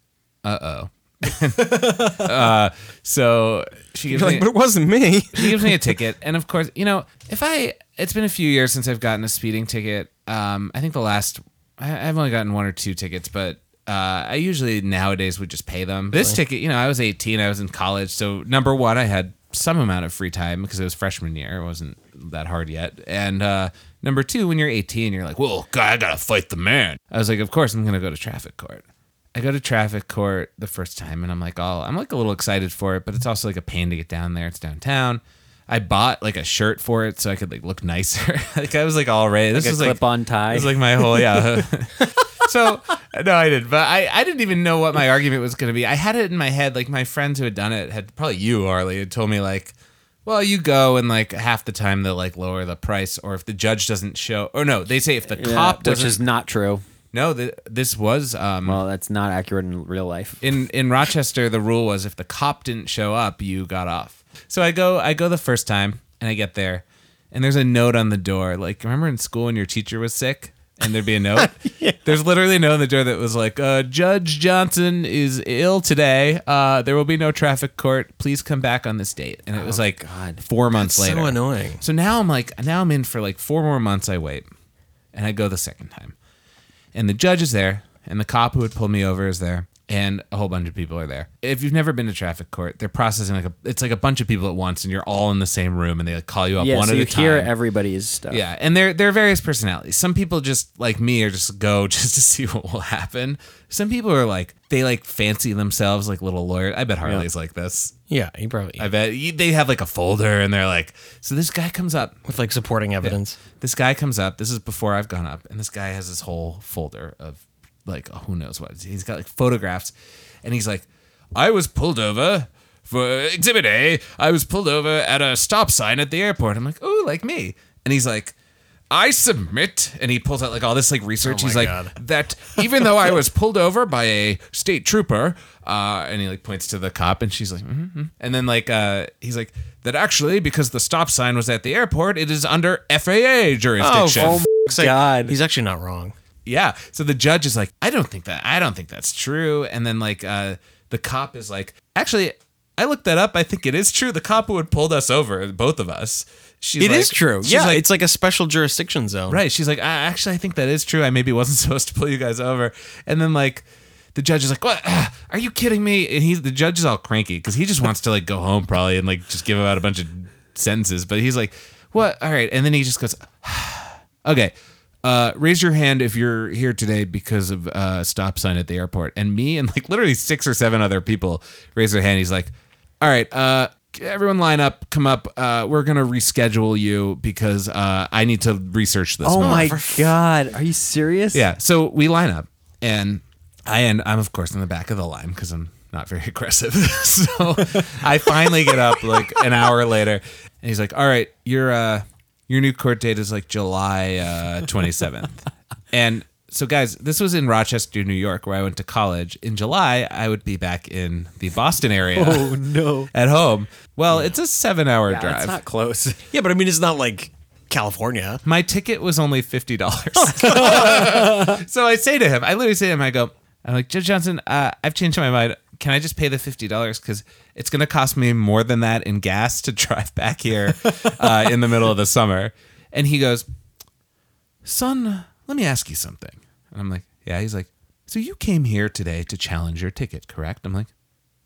S2: "Uh oh." [laughs] uh, so she gives me,
S3: like, but it wasn't me."
S2: he gives me a ticket, and of course, you know, if I, it's been a few years since I've gotten a speeding ticket. Um, I think the last, I, I've only gotten one or two tickets, but uh, I usually nowadays would just pay them. This ticket, you know, I was 18, I was in college, so number one, I had some amount of free time because it was freshman year, it wasn't that hard yet, and uh, number two, when you're 18, you're like, well, God, I gotta fight the man. I was like, of course, I'm gonna go to traffic court. I go to traffic court the first time and I'm like, oh, I'm like a little excited for it, but it's also like a pain to get down there. It's downtown. I bought like a shirt for it so I could like look nicer. [laughs] like I was like all ready. This
S1: Like a
S2: was like
S1: clip-on tie.
S2: This was like my
S1: [laughs]
S2: whole yeah. [laughs] so no, I didn't. But I I didn't even know what my argument was going to be. I had it in my head. Like my friends who had done it had probably you, Arlie, had told me like, well, you go and like half the time they'll like lower the price, or if the judge doesn't show, or no, they say if the cop
S1: which
S2: doesn't.
S1: is not true.
S2: no, th- this was um.
S1: Well, that's not accurate in real life.
S2: in in Rochester, the rule was if the cop didn't show up, you got off. So I go I go the first time and I get there, and there's a note on the door. Like remember in school when your teacher was sick and there'd be a
S3: [laughs]
S2: note. There's literally a note on the door that was like, uh, "Judge Johnson is ill today. Uh, there will be no traffic court. Please come back on this date." And it was like
S1: God.
S2: four months
S3: Oh, so
S2: later.
S3: annoying.
S2: So now I'm like, now I'm in for like four more months. I wait, and I go the second time, and the judge is there, and the cop who had pulled me over is there, and a whole bunch of people are there. If you've never been to traffic court, they're processing like a, it's like a bunch of people at once, and you're all in the same room, and they like call you up
S1: Yeah,
S2: one
S1: so
S2: at
S1: you
S2: a time.
S1: hear everybody's stuff.
S2: Yeah, and there there are various personalities. Some people just like me are just go [laughs] just to see what will happen. Some people are like they like fancy themselves like little lawyer. I bet Harley's like this.
S3: Yeah, he probably
S2: I bet you- they have like a folder and they're like, so this guy comes up
S3: with like supporting evidence.
S2: this guy comes up. This is before I've gone up, and this guy has this whole folder of like who knows what. He's got like photographs, and he's like, "I was pulled over for Exhibit A. I was pulled over at a stop sign at the airport." I'm like, "Oh, like me," and he's like. I submit, and he pulls out like all this like research.
S3: Oh my
S2: He's like
S3: God.
S2: that even though I was pulled over by a state trooper, uh, and he like points to the cop, and she's like, mm and then like uh, he's like that actually because the stop sign was at the airport, it is under FAA
S3: Oh,
S2: jurisdiction.
S3: Looks like
S1: God.
S3: he's actually not wrong.
S2: Yeah. So the judge is like, I don't think that I don't think that's true. And then like uh the cop is like, actually, I looked that up. I think it is true. The cop who had pulled us over, both of us. She's
S3: It is
S2: like-
S3: true.
S2: she's
S3: Yeah,
S2: like,
S3: it's like a special jurisdiction zone.
S2: Right. She's like, I actually, I think that is true. I maybe wasn't [laughs] supposed to pull you guys over. And then like, the judge is like, what? [sighs] Ah, Are you kidding me? And he's the judge is all cranky because he just wants to like go home probably and like just give him out a bunch of sentences. But he's like, what? All right. And then he just goes, okay. Uh, raise your hand if you're here today because of uh, stop sign at the airport. And me and like literally six or seven other people raise their hand. He's like, all right, uh, everyone line up, come up. Uh, we're going to reschedule you because uh, I need to research this.
S1: Oh
S2: more."
S1: my God. Are you serious?
S2: Yeah. So we line up, and I end. I'm of course in the back of the line because I'm not very [laughs] aggressive. so I finally get up like an hour later, and he's like, "All right, your uh, your new court date is like July twenty seventh. uh, twenty seventh." [laughs] and so, guys, this was in Rochester, New York, where I went to college. In July, I would be back in the Boston area.
S1: Oh no.
S2: [laughs] At home. Well, it's a seven hour
S1: Yeah,
S2: drive.
S1: It's not close.
S3: Yeah, but I mean, it's not like California.
S2: My ticket was only fifty dollars. [laughs] so I say to him, I literally say to him, I go, I'm like, Judge Johnson, uh, I've changed my mind. Can I just pay the fifty dollars? Because it's going to cost me more than that in gas to [laughs] drive back here uh, in the middle of the summer. And he goes, Son, let me ask you something. And I'm like, Yeah. He's like, So you came here today to challenge your ticket, correct? I'm like,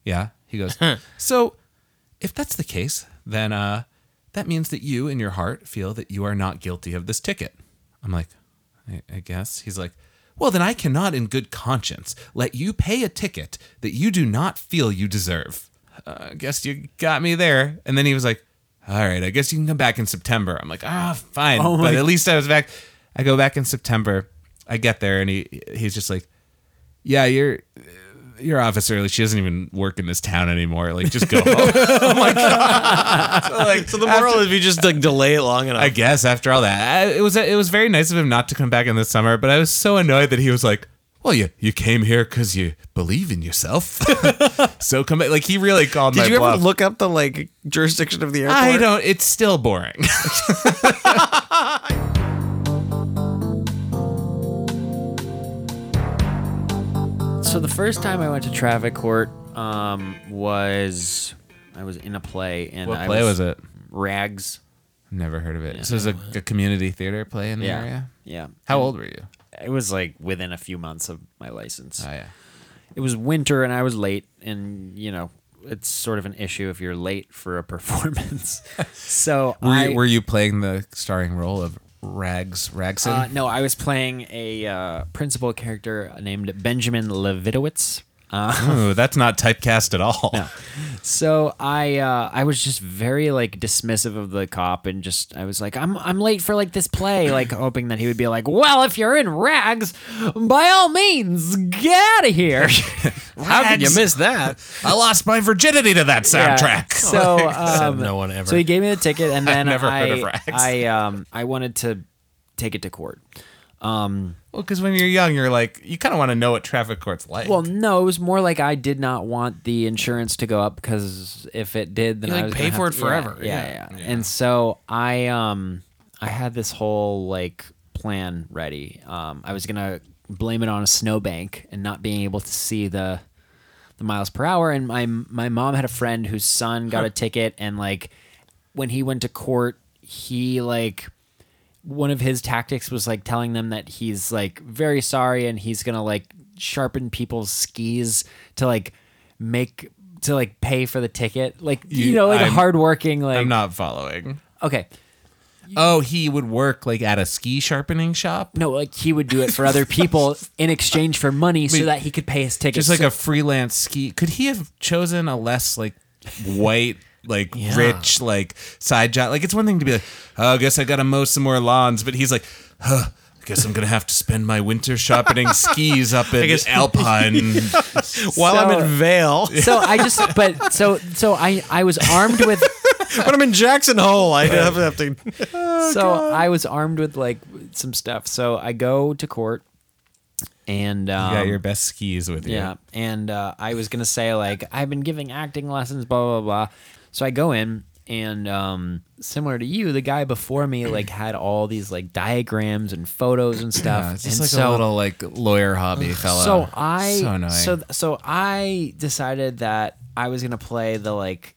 S2: Yeah. He goes, So if that's the case, then uh, that means that you, in your heart, feel that you are not guilty of this ticket. I'm like, I, I guess. He's like, well, then I cannot, in good conscience, let you pay a ticket that you do not feel you deserve. Uh, I guess you got me there. And then he was like, all right, I guess you can come back in September. I'm like, ah, fine.
S1: Oh my-
S2: but at least I was back. I go back in September. I get there, and he he's just like, yeah, you're. Your officer, like she doesn't even work in this town anymore. Like,
S1: [laughs]
S2: just go home.
S3: [laughs] Like, so the moral is if you just like delay it long enough.
S2: I guess after all that, I, it was it was very nice of him not to come back in the summer. But I was so annoyed that he was like, "Well, you you came here because you believe in yourself, [laughs] so come back." Like he really called my
S3: Did you
S2: bluff.
S3: ever look up the like jurisdiction of the airport?
S2: I don't. It's still boring.
S1: So the first time I went to traffic court um, was I was in a play and
S2: [laughs]
S1: I
S2: it?
S1: Rags.
S2: Never heard of it. so it was a, a community theater play in the
S1: Yeah,
S2: area.
S1: yeah.
S2: How old were you?
S1: It was like within a few months of my license.
S2: Oh yeah.
S1: It was winter and I was late, and you know it's sort of an issue if you're late for a [laughs]
S2: [laughs]
S1: performance. so
S2: Were,
S1: I
S2: you, were you playing the starring role of Rags Ragson?
S1: Uh, no, I was playing a uh, principal character named Benjamin Levitowitz. Uh,
S2: Ooh, that's not typecast at all.
S1: so I uh, I was just very like dismissive of the cop and just I was like I'm I'm late for like this
S2: [laughs]
S1: play like hoping that he would be like well if you're in rags by all means get out of
S2: [laughs]
S1: here
S2: How did you miss that? I lost my virginity to that
S1: Yeah. [laughs]
S2: soundtrack. [laughs]
S1: So um,
S3: no one ever.
S1: So he gave me the ticket, and then
S2: never
S1: I
S2: heard of Rags.
S1: I um I wanted to take it to court. Um,
S2: Well, because when you're young, you're like you kind of want to know what traffic court's like.
S1: well, no, it was more like I did not want the insurance to go up because if it did, then
S2: You,
S1: I
S2: like,
S1: was
S2: pay
S1: gonna
S2: for
S1: have
S2: it
S1: to- yeah,
S2: forever.
S1: Yeah yeah,
S2: Yeah.
S1: And so I um I had this whole like plan ready. Um, I was gonna blame it on a snowbank and not being able to see the the miles per hour. And my my mom had a friend whose son got a ticket, and like when he went to court, he like one of his tactics was like telling them that he's like very sorry and he's gonna like sharpen people's skis to like make to like pay for the ticket. Like you,
S2: You-
S1: know, like a
S2: I'm-
S1: hardworking like
S2: I'm not following.
S1: okay.
S2: Oh, he would work like at a ski sharpening shop,
S1: No, like he would do it for other
S2: [laughs]
S1: people in exchange for money so
S2: Wait,
S1: that he could pay his ticket.
S2: just like a freelance ski. Could he have chosen a less like white, like rich, like side job? Like it's one thing to be like, oh, I guess I gotta mow some more lawns, but he's like, huh. I guess I'm gonna have to spend my winter sharpening skis up in
S3: guess-
S2: Alpine.
S3: While I'm
S1: So-
S3: in [laughs] Vale,
S1: so I just but so so I I was armed
S2: [laughs]
S1: with
S3: when I'm in Jackson Hole, I have, have [laughs] to.
S2: Oh,
S1: so I was armed with like some stuff. So I go to court and
S2: You
S1: um,
S2: got your best skis with you.
S1: Yeah, and uh, I was gonna say like I've been giving acting lessons, blah blah blah. So I go in, and um, similar to you, the guy before
S2: [clears throat]
S1: me like had all these like diagrams and photos and stuff.
S2: Yeah, it's just
S1: and
S2: like
S1: so,
S2: a little like lawyer hobby fella.
S1: so I
S2: so annoying.
S1: so so I decided that I was gonna play the like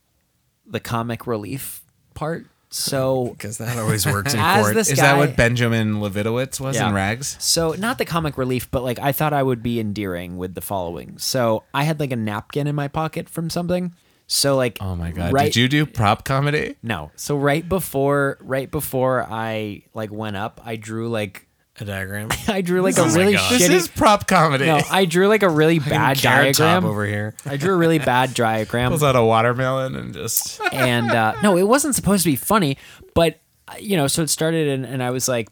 S1: the comic relief part.
S2: Oh
S1: So
S3: Because that always works in
S1: [laughs] As this
S2: Is
S1: guy,
S2: that what Benjamin Levitowitz was
S1: Yeah.
S2: in Rags?
S1: So not the comic relief, but like I thought I would be endearing with the following. So I had like a napkin in my pocket from something. So like
S2: Oh my god!
S1: right,
S2: Did you do prop comedy?
S1: No. So right before right before I like went up, I drew like
S3: [laughs]
S1: [laughs]
S3: a [laughs] diagram.
S1: I drew like a
S3: my
S1: really
S3: God.
S1: shitty.
S2: This is prop comedy.
S1: no, I drew like a really bad
S3: Carrot
S1: diagram.
S3: Top over here.
S1: I drew a really bad diagram.
S2: Pulls out a watermelon and just [laughs]
S1: and uh, no, it wasn't supposed to be funny, but uh, you know, so it started, and, and I was like,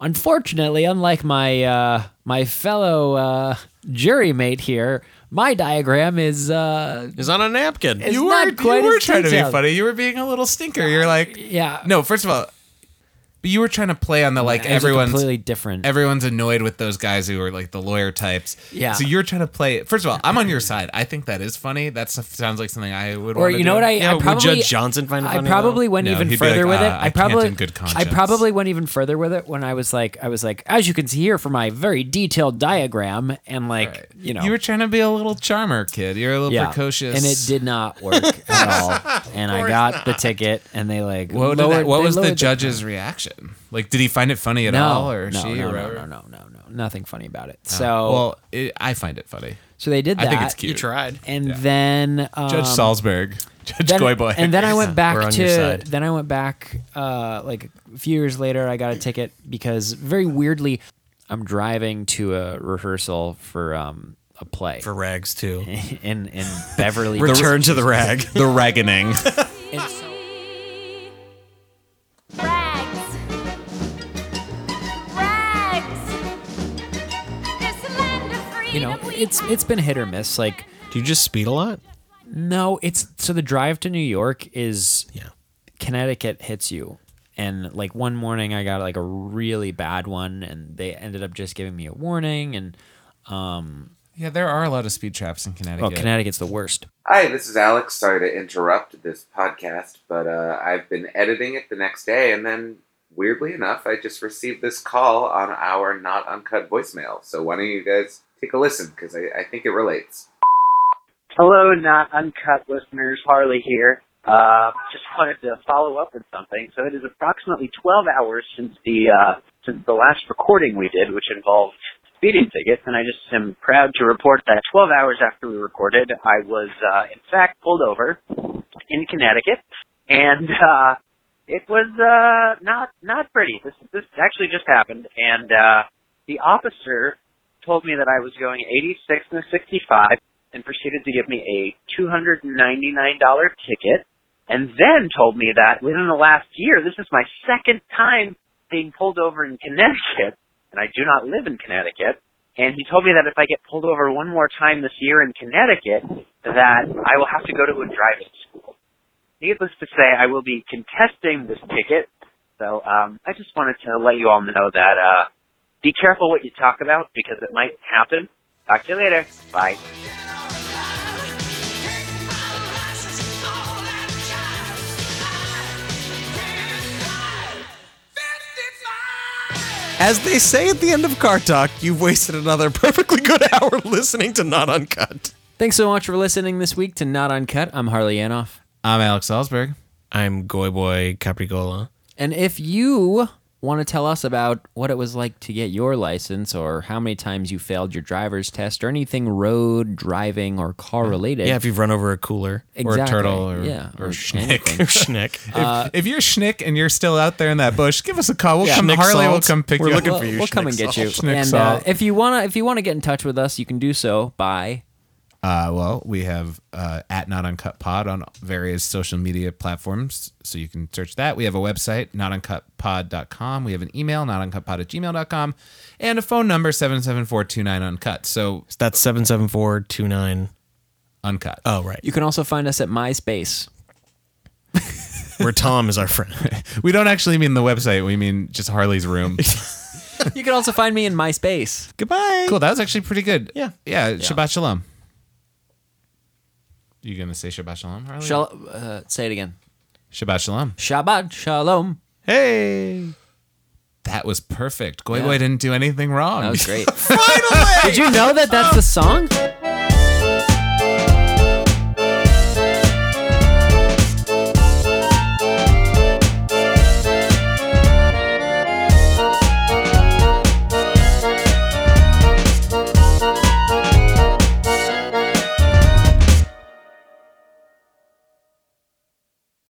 S1: unfortunately, unlike my uh, my fellow uh, jury mate here, my diagram is uh
S3: Is on a napkin.
S1: It's
S2: [laughs] you
S1: not
S2: were
S1: quite
S2: you were
S1: as
S2: trying to be
S1: detailed. Uh,
S2: funny. You were being a little stinker. You're like,
S1: yeah.
S2: No, first of all, but you were trying to play on the like
S1: it's a
S2: everyone's
S1: completely different.
S2: everyone's annoyed with those guys who are like the lawyer types.
S1: Yeah.
S2: So you're trying to play. First of all, I'm on your side. I think that is funny. That sounds like something I would.
S1: or
S2: wanna
S1: you know
S2: do.
S1: what I,
S3: yeah,
S1: I probably
S3: would Judge Johnson find it
S1: I
S3: funny?
S1: probably went
S2: No,
S1: even
S2: he'd be
S1: further
S2: like,
S1: with it.
S2: "Uh, I
S1: I
S2: can't
S1: probably
S2: in good
S1: I
S2: conscience."
S1: probably went even further with it when I was like I was like as you can see here from my very detailed diagram and like you know
S2: you were trying to be a little charmer kid. You're a little
S1: yeah
S2: precocious.
S1: and it did not
S2: [laughs]
S1: work at all and I got the ticket and they like
S2: What, did
S1: lowered,
S2: that- what
S1: they
S2: was the
S1: lowered
S2: judge's reaction? Like, did he find it funny at
S1: no,
S2: all, or
S1: no,
S2: she,
S1: no,
S2: or
S1: no,
S2: whatever?
S1: no no no no nothing funny about it so
S2: Well, it, I find it funny.
S1: so they did
S2: I
S1: that
S2: think it's cute.
S3: You tried.
S1: and then um,
S2: Judge Salzberg, [laughs] Judge
S1: then,
S2: Goyboy,
S1: And then I
S3: [laughs]
S1: went
S3: We're
S1: back
S3: on your
S1: to
S3: side.
S1: then I went back uh, like a few years later. I got a ticket because very weirdly, I'm driving to a rehearsal for um, a play
S3: For rags too.
S1: [laughs] in in Beverly.
S3: [laughs] Return to [laughs] the rag.
S2: the ragging.
S1: and so-
S6: Rags. Rags. This land of freedom.
S1: you know,
S6: we
S1: it's
S6: have.
S1: it's been hit or miss. Like
S3: Do you just speed a lot?
S1: no, it's so the drive to New York is
S3: Yeah.
S1: Connecticut hits you. And like one morning I got like a really bad one and they ended up just giving me a warning and
S2: yeah, there are a lot of speed traps in Connecticut.
S1: well Connecticut's the worst.
S7: Hi, this is Alex. Sorry to interrupt this podcast, but uh, I've been editing it the next day, and then weirdly enough, I just received this call on our not uncut voicemail. So why don't you guys take a listen because I, I think it relates.
S8: Hello, not uncut listeners. Harley here. Uh, just wanted to follow up with something. So it is approximately 12 hours since the uh, since the last recording we did, which involved speeding tickets, and I just am proud to report that 12 hours after we recorded, I was uh, in fact pulled over in Connecticut, and uh, it was uh, not not pretty. This this actually just happened, and uh, the officer told me that I was going 86 and 65 and proceeded to give me a $299 ticket and then told me that within the last year, this is my second time being pulled over in Connecticut, and I do not live in Connecticut. And he told me that if I get pulled over one more time this year in Connecticut, that I will have to go to a driving school. Needless to say, I will be contesting this ticket. So um, I just wanted to let you all know that uh, be careful what you talk about because it might happen. Talk to you later. Bye.
S3: As they say at the end of Car Talk, you've wasted another perfectly good [laughs] hour listening to Not Uncut.
S1: Thanks so much for listening this week to Not Uncut. I'm Harley Anoff.
S2: I'm Alex Salzberg.
S3: I'm Goy Boy Capricola.
S1: And if you want to tell us about what it was like to get your license or how many times you failed your driver's test or anything road driving or car related,
S3: Yeah, if you've run over a cooler
S1: exactly.
S2: Or turtle or,
S1: yeah,
S2: or, schnick.
S1: anything.
S3: or [laughs] schnick.
S2: If, if you're schnick and you're still out there in that bush, give us a call. We'll come.
S3: Schnick
S2: Harley will
S3: salt.
S2: come pick
S3: We're
S2: you
S3: looking
S1: We'll,
S2: up.
S3: for you,
S1: we'll come and
S3: Schnick
S1: get you.
S2: salt. Schnick
S1: and uh,
S2: salt.
S1: if you wanna, if you wanna get in touch with us, you can do so by
S2: Uh, well, we have uh, at Not Uncut Pod on various social media platforms, so you can search that. We have a website, notuncutpod.com. We have an email, notuncutpod at gmail.com, and a phone number, 774-29-UNCUT. So,
S3: That's seven seven four two nine.
S2: uncut.
S3: Oh right,
S1: you can also find us at MySpace.
S3: where Tom is our friend.
S2: We don't actually mean the website. We mean just Harley's room.
S1: You can also find me in
S3: [laughs]
S1: MySpace.
S3: Goodbye.
S2: cool. That was actually pretty good.
S3: Yeah.
S2: Yeah. Shabbat shalom. You going to say Shabbat shalom, Harley?
S1: Shal- uh, say it again.
S2: Shabbat shalom.
S1: Shabbat Shalom.
S3: Hey.
S2: That was perfect. Goy Boy didn't do anything wrong.
S3: [laughs]
S1: That was great. Did you know that that's the song?